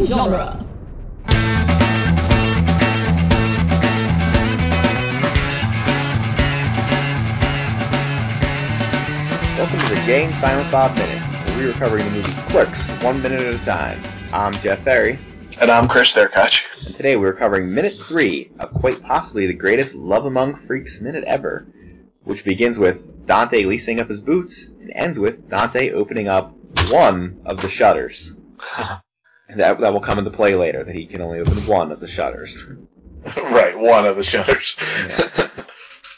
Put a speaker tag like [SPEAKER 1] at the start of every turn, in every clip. [SPEAKER 1] genre
[SPEAKER 2] Welcome to the James Silent Bob Minute, where we are covering the movie Clerks one minute at a time. I'm Jeff Ferry,
[SPEAKER 3] And I'm Chris Derkach.
[SPEAKER 2] and today we are covering minute three of quite possibly the greatest Love Among Freaks minute ever, which begins with Dante lacing up his boots and ends with Dante opening up one of the shutters. That, that will come into play later, that he can only open one of the shutters.
[SPEAKER 3] right, one of the shutters.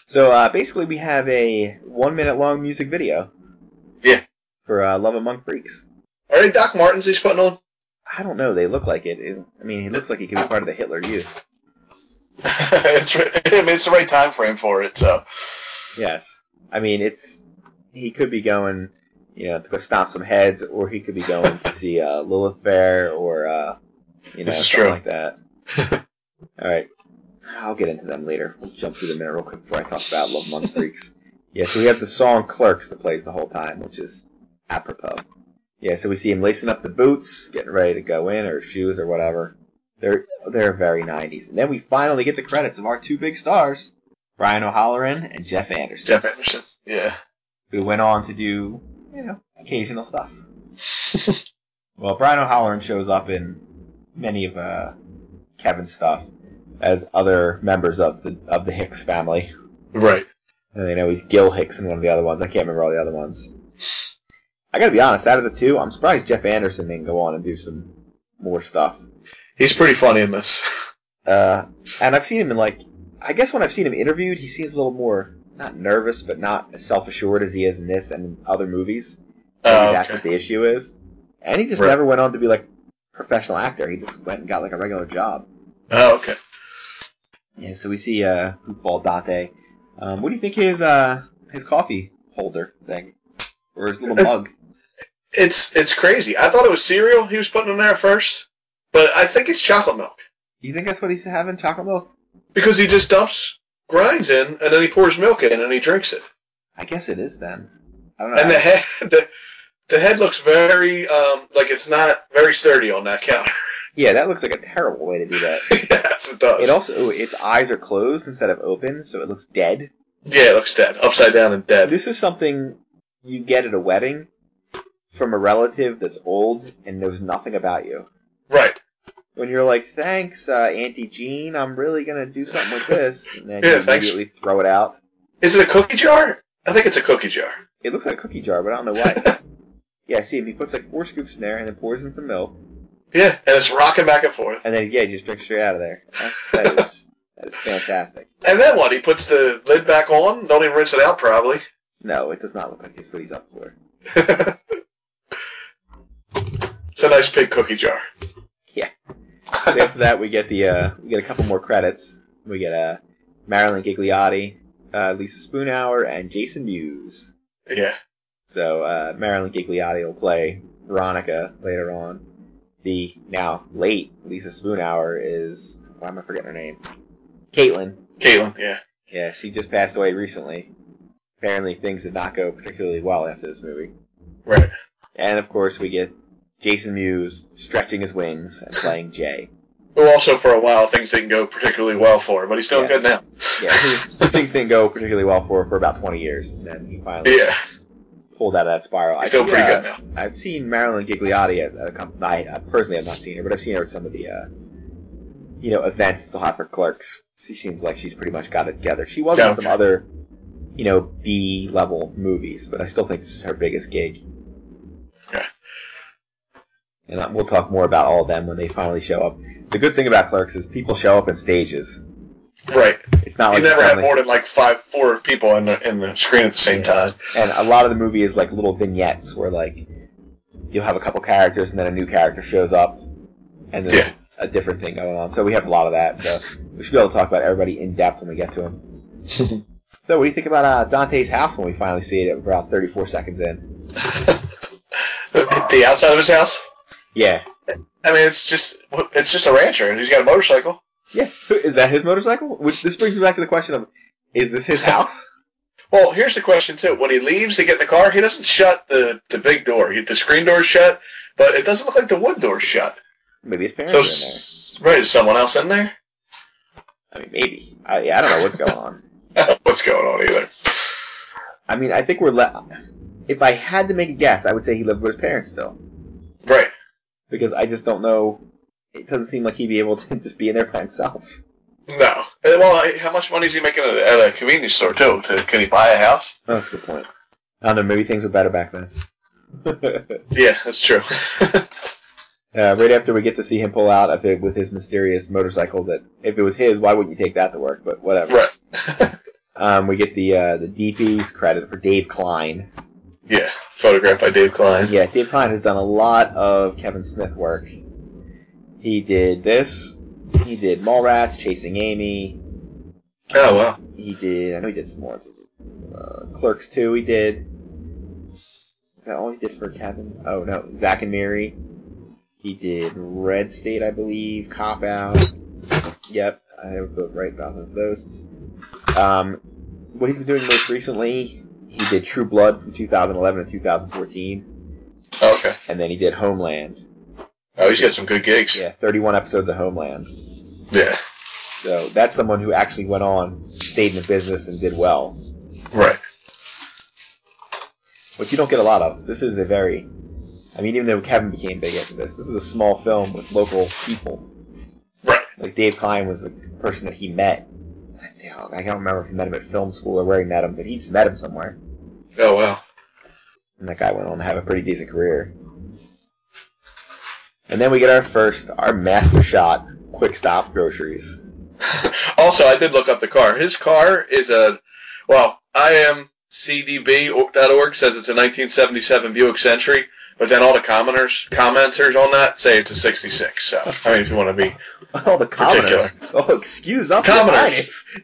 [SPEAKER 2] So uh, basically, we have a one minute long music video.
[SPEAKER 3] Yeah.
[SPEAKER 2] For uh, Love Among Freaks.
[SPEAKER 3] Are they Doc Martens he's putting on?
[SPEAKER 2] I don't know. They look like it. It- I mean, he looks like he could be part of the Hitler Youth.
[SPEAKER 3] it's, right- I mean, it's the right time frame for it, so.
[SPEAKER 2] Yes. I mean, it's he could be going, you know, to go stomp some heads, or he could be going to see uh, Lilith Fair, or uh, you know,
[SPEAKER 3] This is
[SPEAKER 2] something like
[SPEAKER 3] true.
[SPEAKER 2] that. All right, I'll get into them later. We'll jump through the minute real quick before I talk about Love Among Freaks. Yeah, so we have the song "Clerks" that plays the whole time, which is apropos. Yeah, so we see him lacing up the boots, getting ready to go in, or shoes, or whatever. They're they're very '90s, and then we finally get the credits of our two big stars, Brian O'Halloran and Jeff Anderson
[SPEAKER 3] Jeff Anderson. Yeah.
[SPEAKER 2] who went on to do, you know, occasional stuff. well, Brian O'Halloran shows up in many of uh, Kevin's stuff as other members of the of the Hicks family.
[SPEAKER 3] Right.
[SPEAKER 2] And I know he's Gil Hicks in one of the other ones. I can't remember all the other ones. I gotta be honest, out of the two, I'm surprised Jeff Anderson didn't go on and do some more stuff.
[SPEAKER 3] He's pretty funny in this.
[SPEAKER 2] Uh, and I've seen him in like, I guess when I've seen him interviewed, he seems a little more not nervous, but not as self assured as he is in this and other movies. Maybe
[SPEAKER 3] Oh,
[SPEAKER 2] that's
[SPEAKER 3] okay.
[SPEAKER 2] what the issue is. And he just
[SPEAKER 3] Right.
[SPEAKER 2] never went on to be like a professional actor. He just went and got like a regular job.
[SPEAKER 3] Oh, okay.
[SPEAKER 2] Yeah, so we see uh Hoopball Dante. Um, what do you think his uh his coffee holder thing? Or his little mug.
[SPEAKER 3] It's it's crazy. I thought it was cereal he was putting in there at first, but I think it's chocolate milk
[SPEAKER 2] Do you think that's what he's having? Chocolate milk?
[SPEAKER 3] because he just dumps grinds in and then he pours milk in and he drinks it.
[SPEAKER 2] I guess it is then. I don't know.
[SPEAKER 3] And the head the, the head looks very um like it's not very sturdy on that counter.
[SPEAKER 2] yeah, that looks like a terrible way to do that.
[SPEAKER 3] yes, it does.
[SPEAKER 2] It also ooh, its eyes are closed instead of open, so it looks dead.
[SPEAKER 3] Yeah, it looks dead. Upside down and dead.
[SPEAKER 2] This is something you get at a wedding from a relative that's old and knows nothing about you.
[SPEAKER 3] Right.
[SPEAKER 2] when you're like, "Thanks, uh, Auntie Jean, I'm really gonna do something with this," and then
[SPEAKER 3] Yeah,
[SPEAKER 2] you
[SPEAKER 3] thanks.
[SPEAKER 2] immediately throw it out.
[SPEAKER 3] Is it a cookie jar? I think it's a cookie jar.
[SPEAKER 2] It looks like a cookie jar, but I don't know why. yeah, see, he puts like four scoops in there and then pours in some milk,
[SPEAKER 3] Yeah, and it's rocking back and forth.
[SPEAKER 2] and then yeah, he just drinks straight out of there. That's, that is that is fantastic.
[SPEAKER 3] And then what? He puts the lid back on. Don't even rinse it out, probably.
[SPEAKER 2] No, it does not look like it's what he's up for.
[SPEAKER 3] it's a nice big cookie jar.
[SPEAKER 2] After that, we get the uh, we get a couple more credits. We get uh, Marilyn Gigliotti, uh, Lisa Spoonhour, and Jason Mewes.
[SPEAKER 3] Yeah.
[SPEAKER 2] So uh, Marilyn Gigliotti will play Veronica later on. The now late Lisa Spoonhour is why am I forgetting her name? Caitlin.
[SPEAKER 3] Caitlin, yeah.
[SPEAKER 2] Yeah, she just passed away recently. Apparently things did not go particularly well after this movie.
[SPEAKER 3] Right.
[SPEAKER 2] And of course we get Jason Mewes stretching his wings and playing Jay.
[SPEAKER 3] Who also, for a while, things didn't go particularly well for him, but he's doing
[SPEAKER 2] Yeah.
[SPEAKER 3] good now.
[SPEAKER 2] Yeah, who- things didn't go particularly well for for about twenty years, and then he finally
[SPEAKER 3] Yeah,
[SPEAKER 2] pulled out of that spiral.
[SPEAKER 3] he's
[SPEAKER 2] I
[SPEAKER 3] doing
[SPEAKER 2] think,
[SPEAKER 3] pretty
[SPEAKER 2] uh,
[SPEAKER 3] good now.
[SPEAKER 2] I've seen Marilyn Gigliotti at, at a comp- I, I personally have not seen her, but I've seen her at some of the, uh, you know, events that they'll have for clerks. She seems like she's pretty much got it together. She was in
[SPEAKER 3] Yeah,
[SPEAKER 2] some
[SPEAKER 3] okay.
[SPEAKER 2] other, you know, B level movies, but I still think this is her biggest gig.
[SPEAKER 3] Okay.
[SPEAKER 2] And uh, we'll talk more about all of them when they finally show up. The good thing about clerks is people show up in stages.
[SPEAKER 3] Right.
[SPEAKER 2] It's not
[SPEAKER 3] You
[SPEAKER 2] like
[SPEAKER 3] never had
[SPEAKER 2] suddenly-
[SPEAKER 3] more than like five, four people in the, in the screen at the same
[SPEAKER 2] Yeah.
[SPEAKER 3] time.
[SPEAKER 2] and a lot of the movie is like little vignettes where like you'll have a couple characters and then a new character shows up and there's
[SPEAKER 3] Yeah.
[SPEAKER 2] a different thing going on. So we have a lot of that. So we should be able to talk about everybody in depth when we get to them. So what do you think about uh, Dante's house when we finally see it at about 34 seconds in?
[SPEAKER 3] The- the outside of his house.
[SPEAKER 2] Yeah.
[SPEAKER 3] I mean, it's just it's just a rancher, and he's got a motorcycle.
[SPEAKER 2] Yeah. Is that his motorcycle? Which this brings me back to the question of is this his house?
[SPEAKER 3] Well, here's the question too: When he leaves to get in the car, he doesn't shut the the big door. He, the screen door's shut, but it doesn't look like the wood door's shut.
[SPEAKER 2] Maybe his parents
[SPEAKER 3] So,
[SPEAKER 2] are in there.
[SPEAKER 3] s- right, is someone else in there?
[SPEAKER 2] I mean, maybe. I, yeah, I don't know what's going on.
[SPEAKER 3] I don't know what's going on either.
[SPEAKER 2] I mean, I think we're le- If I had to make a guess, I would say he lived with his parents still.
[SPEAKER 3] Right.
[SPEAKER 2] Because I just don't know. It doesn't seem like he'd be able to just be in there by himself.
[SPEAKER 3] No. Eh, Well, I- how much money is he making at a, at a convenience store too? To, can he buy a house?
[SPEAKER 2] Oh, that's a good point. I don't know. Maybe things were better back then.
[SPEAKER 3] Yeah, that's true.
[SPEAKER 2] uh, right after we get to see him pull out of it with his mysterious motorcycle, that if it was his, why wouldn't you take that to work? But whatever.
[SPEAKER 3] Right.
[SPEAKER 2] Um, we get the uh, the DP's credit for Dave Klein.
[SPEAKER 3] yeah. Photographed by Dave Klein.
[SPEAKER 2] Yeah, Dave Klein has done a lot of Kevin Smith work. He did this. He did Mallrats, Chasing Amy.
[SPEAKER 3] Oh wow.
[SPEAKER 2] He did. I know he did some more. Uh, Clerks two. He did. Is that all he did for Kevin? Oh no, Zack and Mary. He did Red State, I believe. Cop Out. Yep, I was both right about both of those. Um, what he's been doing most recently, he did True Blood from 2011 to 2014,
[SPEAKER 3] Oh, okay.
[SPEAKER 2] and then he did Homeland.
[SPEAKER 3] Oh, he's got some good gigs.
[SPEAKER 2] Yeah, 31 episodes of Homeland.
[SPEAKER 3] Yeah.
[SPEAKER 2] So that's someone who actually went on, stayed in the business, and did well.
[SPEAKER 3] Right.
[SPEAKER 2] which you don't get a lot of. This is a very, I mean, even though Kevin became big after this, this is a small film with local people.
[SPEAKER 3] Right.
[SPEAKER 2] Like Dave Klein was the person that he met. Damn, I don't remember if he met him at film school or where he met him, but he's met him somewhere.
[SPEAKER 3] Oh wow.
[SPEAKER 2] And that guy went on to have a pretty decent career. And then we get our first, our master shot, quick stop groceries.
[SPEAKER 3] Also, I did look up the car. His car is a well, imcdb.org says it's a 1977 Buick Century, but then all the commenters commenters on that say it's a 66. So, I mean, if you want to be
[SPEAKER 2] All the commoners. Oh, excuse us, your
[SPEAKER 3] Commoners.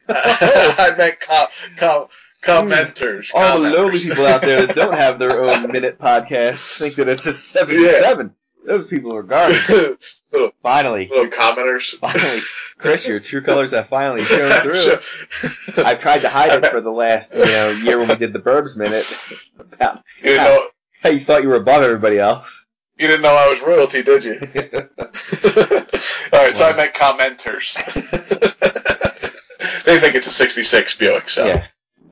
[SPEAKER 2] highness.
[SPEAKER 3] I meant com, com, commenters.
[SPEAKER 2] All the lowly
[SPEAKER 3] commenters.
[SPEAKER 2] people out there that don't have their own minute podcast think that it's just 77. Those people are garbage.
[SPEAKER 3] little,
[SPEAKER 2] Finally,
[SPEAKER 3] little commenters.
[SPEAKER 2] finally, Chris, your true colors have finally shown through. I've tried to hide it for the last, you know, year when we did the Burbs minute about
[SPEAKER 3] you, know,
[SPEAKER 2] how you thought you were above everybody else.
[SPEAKER 3] you didn't know I was royalty, did you? All right, so I
[SPEAKER 2] Wow.
[SPEAKER 3] meant commenters. they think it's a 66 Buick, so.
[SPEAKER 2] Yeah.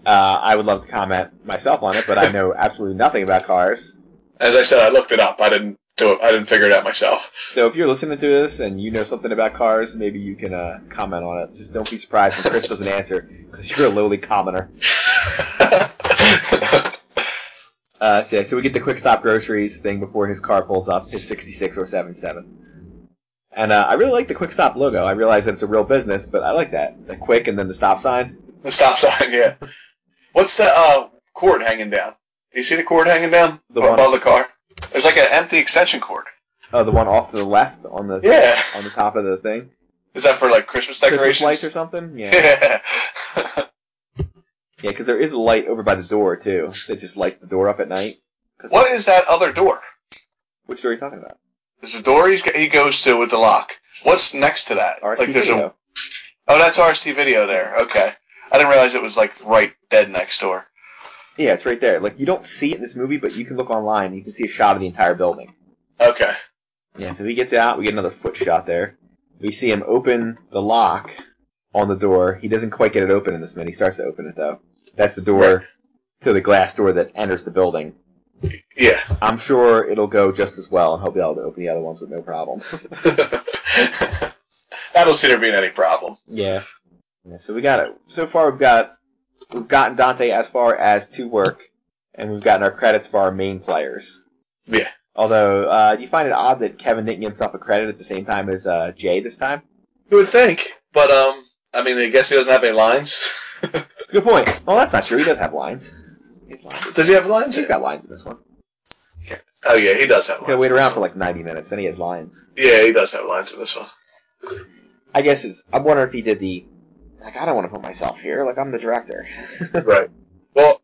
[SPEAKER 2] Uh, I would love to comment myself on it, but I know absolutely nothing about cars.
[SPEAKER 3] As I said, I looked it up. I didn't do it. I didn't figure it out myself.
[SPEAKER 2] So if you're listening to this and you know something about cars, maybe you can uh, comment on it. Just don't be surprised when Chris doesn't answer because you're a lowly commoner. Uh, so, yeah, so we get the quick stop groceries thing before his car pulls up, his 66 or 77. And uh, I really like the quick stop logo. I realize that it's a real business, but I like that. The quick and then the stop sign.
[SPEAKER 3] the stop sign, yeah. What's the uh, cord hanging down? Do you see the cord hanging down
[SPEAKER 2] The
[SPEAKER 3] above
[SPEAKER 2] one-
[SPEAKER 3] the car? There's like an empty extension cord.
[SPEAKER 2] Oh, the one off to the left on the
[SPEAKER 3] Yeah.
[SPEAKER 2] on the top of the thing.
[SPEAKER 3] Is that for like Christmas
[SPEAKER 2] Christmas lights
[SPEAKER 3] decorations?
[SPEAKER 2] or something? Yeah. yeah,
[SPEAKER 3] yeah.
[SPEAKER 2] because there is a light over by the door, too, that just lights the door up at night. 'Cause-
[SPEAKER 3] what is that other door?
[SPEAKER 2] Which door are you talking about?
[SPEAKER 3] There's a door he's, he goes to with the lock. What's next to that?
[SPEAKER 2] RSP
[SPEAKER 3] like there's
[SPEAKER 2] video.
[SPEAKER 3] a oh, that's RST video there. Okay, I didn't realize it was like right dead next door.
[SPEAKER 2] Yeah, it's right there. Like, you don't see it in this movie, but you can look online and you can see a shot of the entire building.
[SPEAKER 3] Okay,
[SPEAKER 2] Yeah, so he gets out. We get another foot shot there. We see him open the lock on the door. He doesn't quite get it open in this minute. He starts to open it though. That's the door to the glass door that enters the building.
[SPEAKER 3] yeah.
[SPEAKER 2] I'm sure it'll go just as well, and he'll be able to open the other ones with no problem.
[SPEAKER 3] I don't see there being any problem.
[SPEAKER 2] Yeah. yeah so we got it. So far, we've got we've gotten Dante as far as to work, and we've gotten our credits for our main players.
[SPEAKER 3] Yeah.
[SPEAKER 2] Although, uh, do you find it odd that Kevin didn't give himself a credit at the same time as uh, Jay this time?
[SPEAKER 3] You would think, but um, I mean, I guess he doesn't have any lines.
[SPEAKER 2] It's a Good point. Well, that's not true. He does have lines. He's lines.
[SPEAKER 3] does he have lines?
[SPEAKER 2] He's got lines in this one.
[SPEAKER 3] Oh yeah, he does have
[SPEAKER 2] He's
[SPEAKER 3] lines.
[SPEAKER 2] gonna wait around for like 90 minutes, then he has lines.
[SPEAKER 3] Yeah, he does have lines in this one.
[SPEAKER 2] I guess it's. I'm wondering if he did the. Like, I don't want to put myself here. Like, I'm the director.
[SPEAKER 3] right. Well,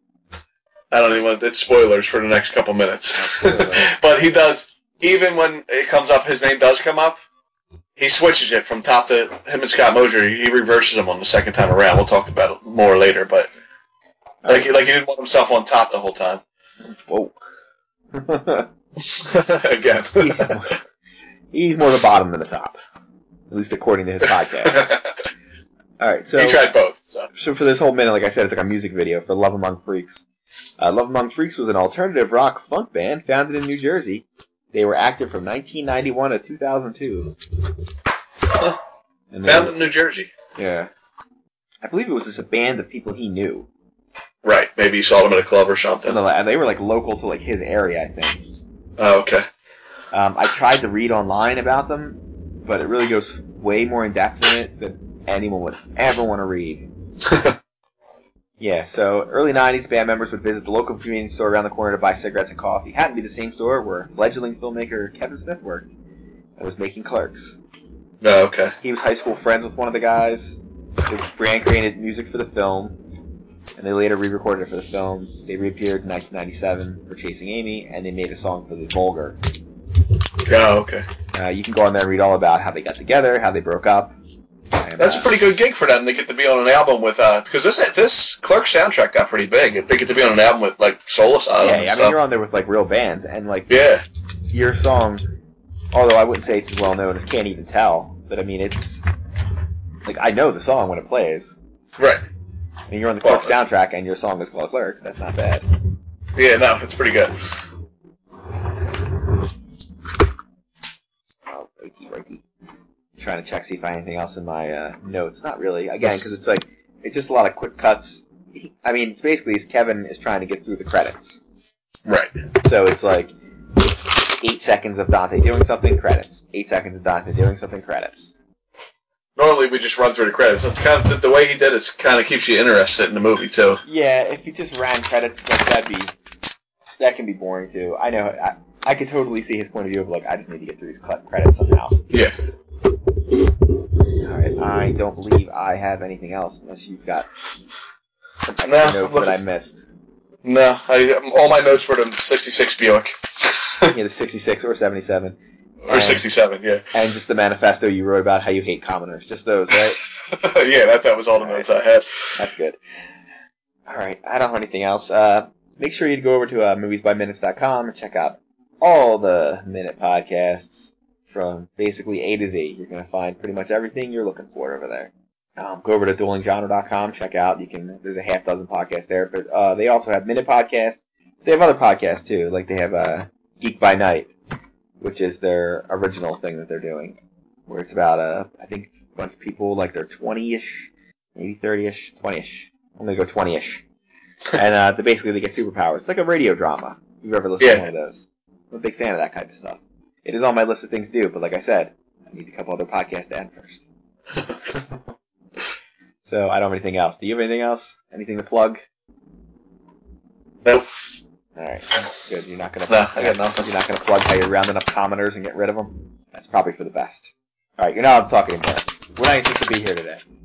[SPEAKER 3] I don't even want it's spoilers for the next couple minutes. but he does even when it comes up, his name does come up. He switches it from top to him and Scott Mosier. He reverses him on the second time around. We'll talk about it more later, but like like he didn't want himself on top the whole time.
[SPEAKER 2] Whoa.
[SPEAKER 3] Again.
[SPEAKER 2] Yeah. He's more the bottom than the top, at least according to his podcast. All right, so
[SPEAKER 3] he tried both. So.
[SPEAKER 2] so for this whole minute, like I said, it's like a music video for Love Among Freaks. Uh, Love Among Freaks was an alternative rock funk band founded in New Jersey. They were active from 1991 to 2002. And they-
[SPEAKER 3] Found in New Jersey.
[SPEAKER 2] yeah, I believe it was just a band of people he knew,
[SPEAKER 3] Right. Maybe you saw them at a club or something.
[SPEAKER 2] and the- and they were like local to like his area, I think.
[SPEAKER 3] Oh, okay.
[SPEAKER 2] Um, I tried to read online about them, but it really goes way more in depth in it than anyone would ever want to read. yeah, so early 90s band members would visit the local convenience store around the corner to buy cigarettes and coffee. Happened to be the same store where fledgling filmmaker Kevin Smith worked and was making clerks.
[SPEAKER 3] No, okay.
[SPEAKER 2] He was high school friends with one of the guys. They brand created music for the film, and they later re-recorded it for the film. They reappeared in 1997 for Chasing Amy, and they made a song for the Vulgar.
[SPEAKER 3] Oh, okay.
[SPEAKER 2] Uh, you can go on there and read all about how they got together, how they broke up. and,
[SPEAKER 3] That's
[SPEAKER 2] uh,
[SPEAKER 3] a pretty good gig for them. They get to be on an album with uh, because this this Clerk soundtrack got pretty big. They get to be on an album with like Soul Asylum
[SPEAKER 2] Yeah,
[SPEAKER 3] and
[SPEAKER 2] I mean, you're
[SPEAKER 3] stuff.
[SPEAKER 2] on there with like real bands, and like
[SPEAKER 3] Yeah,
[SPEAKER 2] your song, although I wouldn't say it's as well known as "Can't Even Tell," but I mean, it's like I know the song when it plays.
[SPEAKER 3] right.
[SPEAKER 2] I mean, you're on the
[SPEAKER 3] Well, uh,
[SPEAKER 2] Clerks soundtrack, and your song is called Clerks. That's not bad.
[SPEAKER 3] Yeah, no, it's pretty good.
[SPEAKER 2] Oh, righty, righty. Trying to check see if I have anything else in my uh, notes. Not really, again, because it's like it's just a lot of quick cuts. I mean, it's basically it's Kevin is trying to get through the credits.
[SPEAKER 3] Right.
[SPEAKER 2] So it's like eight seconds of Dante doing something, credits. Eight seconds of Dante doing something, credits.
[SPEAKER 3] Normally we just run through the credits. It's kind of the, the way he did it kind of keeps you interested in the movie too.
[SPEAKER 2] Yeah, if you just ran credits, like that'd be that can be boring too. I know. I, I could totally see his point of view of like I just need to get through these cl- credits somehow.
[SPEAKER 3] Yeah.
[SPEAKER 2] All right, I don't believe I have anything else unless you've got some extra
[SPEAKER 3] No, I'm
[SPEAKER 2] notes
[SPEAKER 3] looking-
[SPEAKER 2] that I missed.
[SPEAKER 3] No, I, um, all my notes were the '66 Buick
[SPEAKER 2] yeah, the sixty-six or seventy-seven,
[SPEAKER 3] or '67. Yeah,
[SPEAKER 2] and just the manifesto you wrote about how you hate commoners. Just those, right?
[SPEAKER 3] yeah, that that was all the notes I had.
[SPEAKER 2] That's good. All right, I don't have anything else. Uh, make sure you go over to uh, moviesbyminutes.com and check out all the minute podcasts from basically A to Z. You're going to find pretty much everything you're looking for over there. Um, go over to duelinggenre.com, check out. You can there's a half dozen podcasts there, but uh, they also have minute podcasts. They have other podcasts too, like they have uh, Geek by Night, which is their original thing that they're doing, where it's about uh, I think a bunch of people like they're 20ish maybe 30-ish, 20-ish. I'm gonna go 20-ish. and uh, they basically they get superpowers. It's like a radio drama. If you've ever listened to
[SPEAKER 3] Yeah.
[SPEAKER 2] one of those. I'm a big fan of that kind of stuff. It is on my list of things to do, but like I said, I need a couple other podcasts to end first. so I don't have anything else. Do you have anything else? Anything to plug?
[SPEAKER 3] Nope.
[SPEAKER 2] All right, good. You're not gonna.
[SPEAKER 3] No, I got nothing.
[SPEAKER 2] You're not gonna plug how you're rounding up commoners and get rid of them. That's probably for the best. All right, you're not allowed to talk anymore. We're not even supposed to be here today.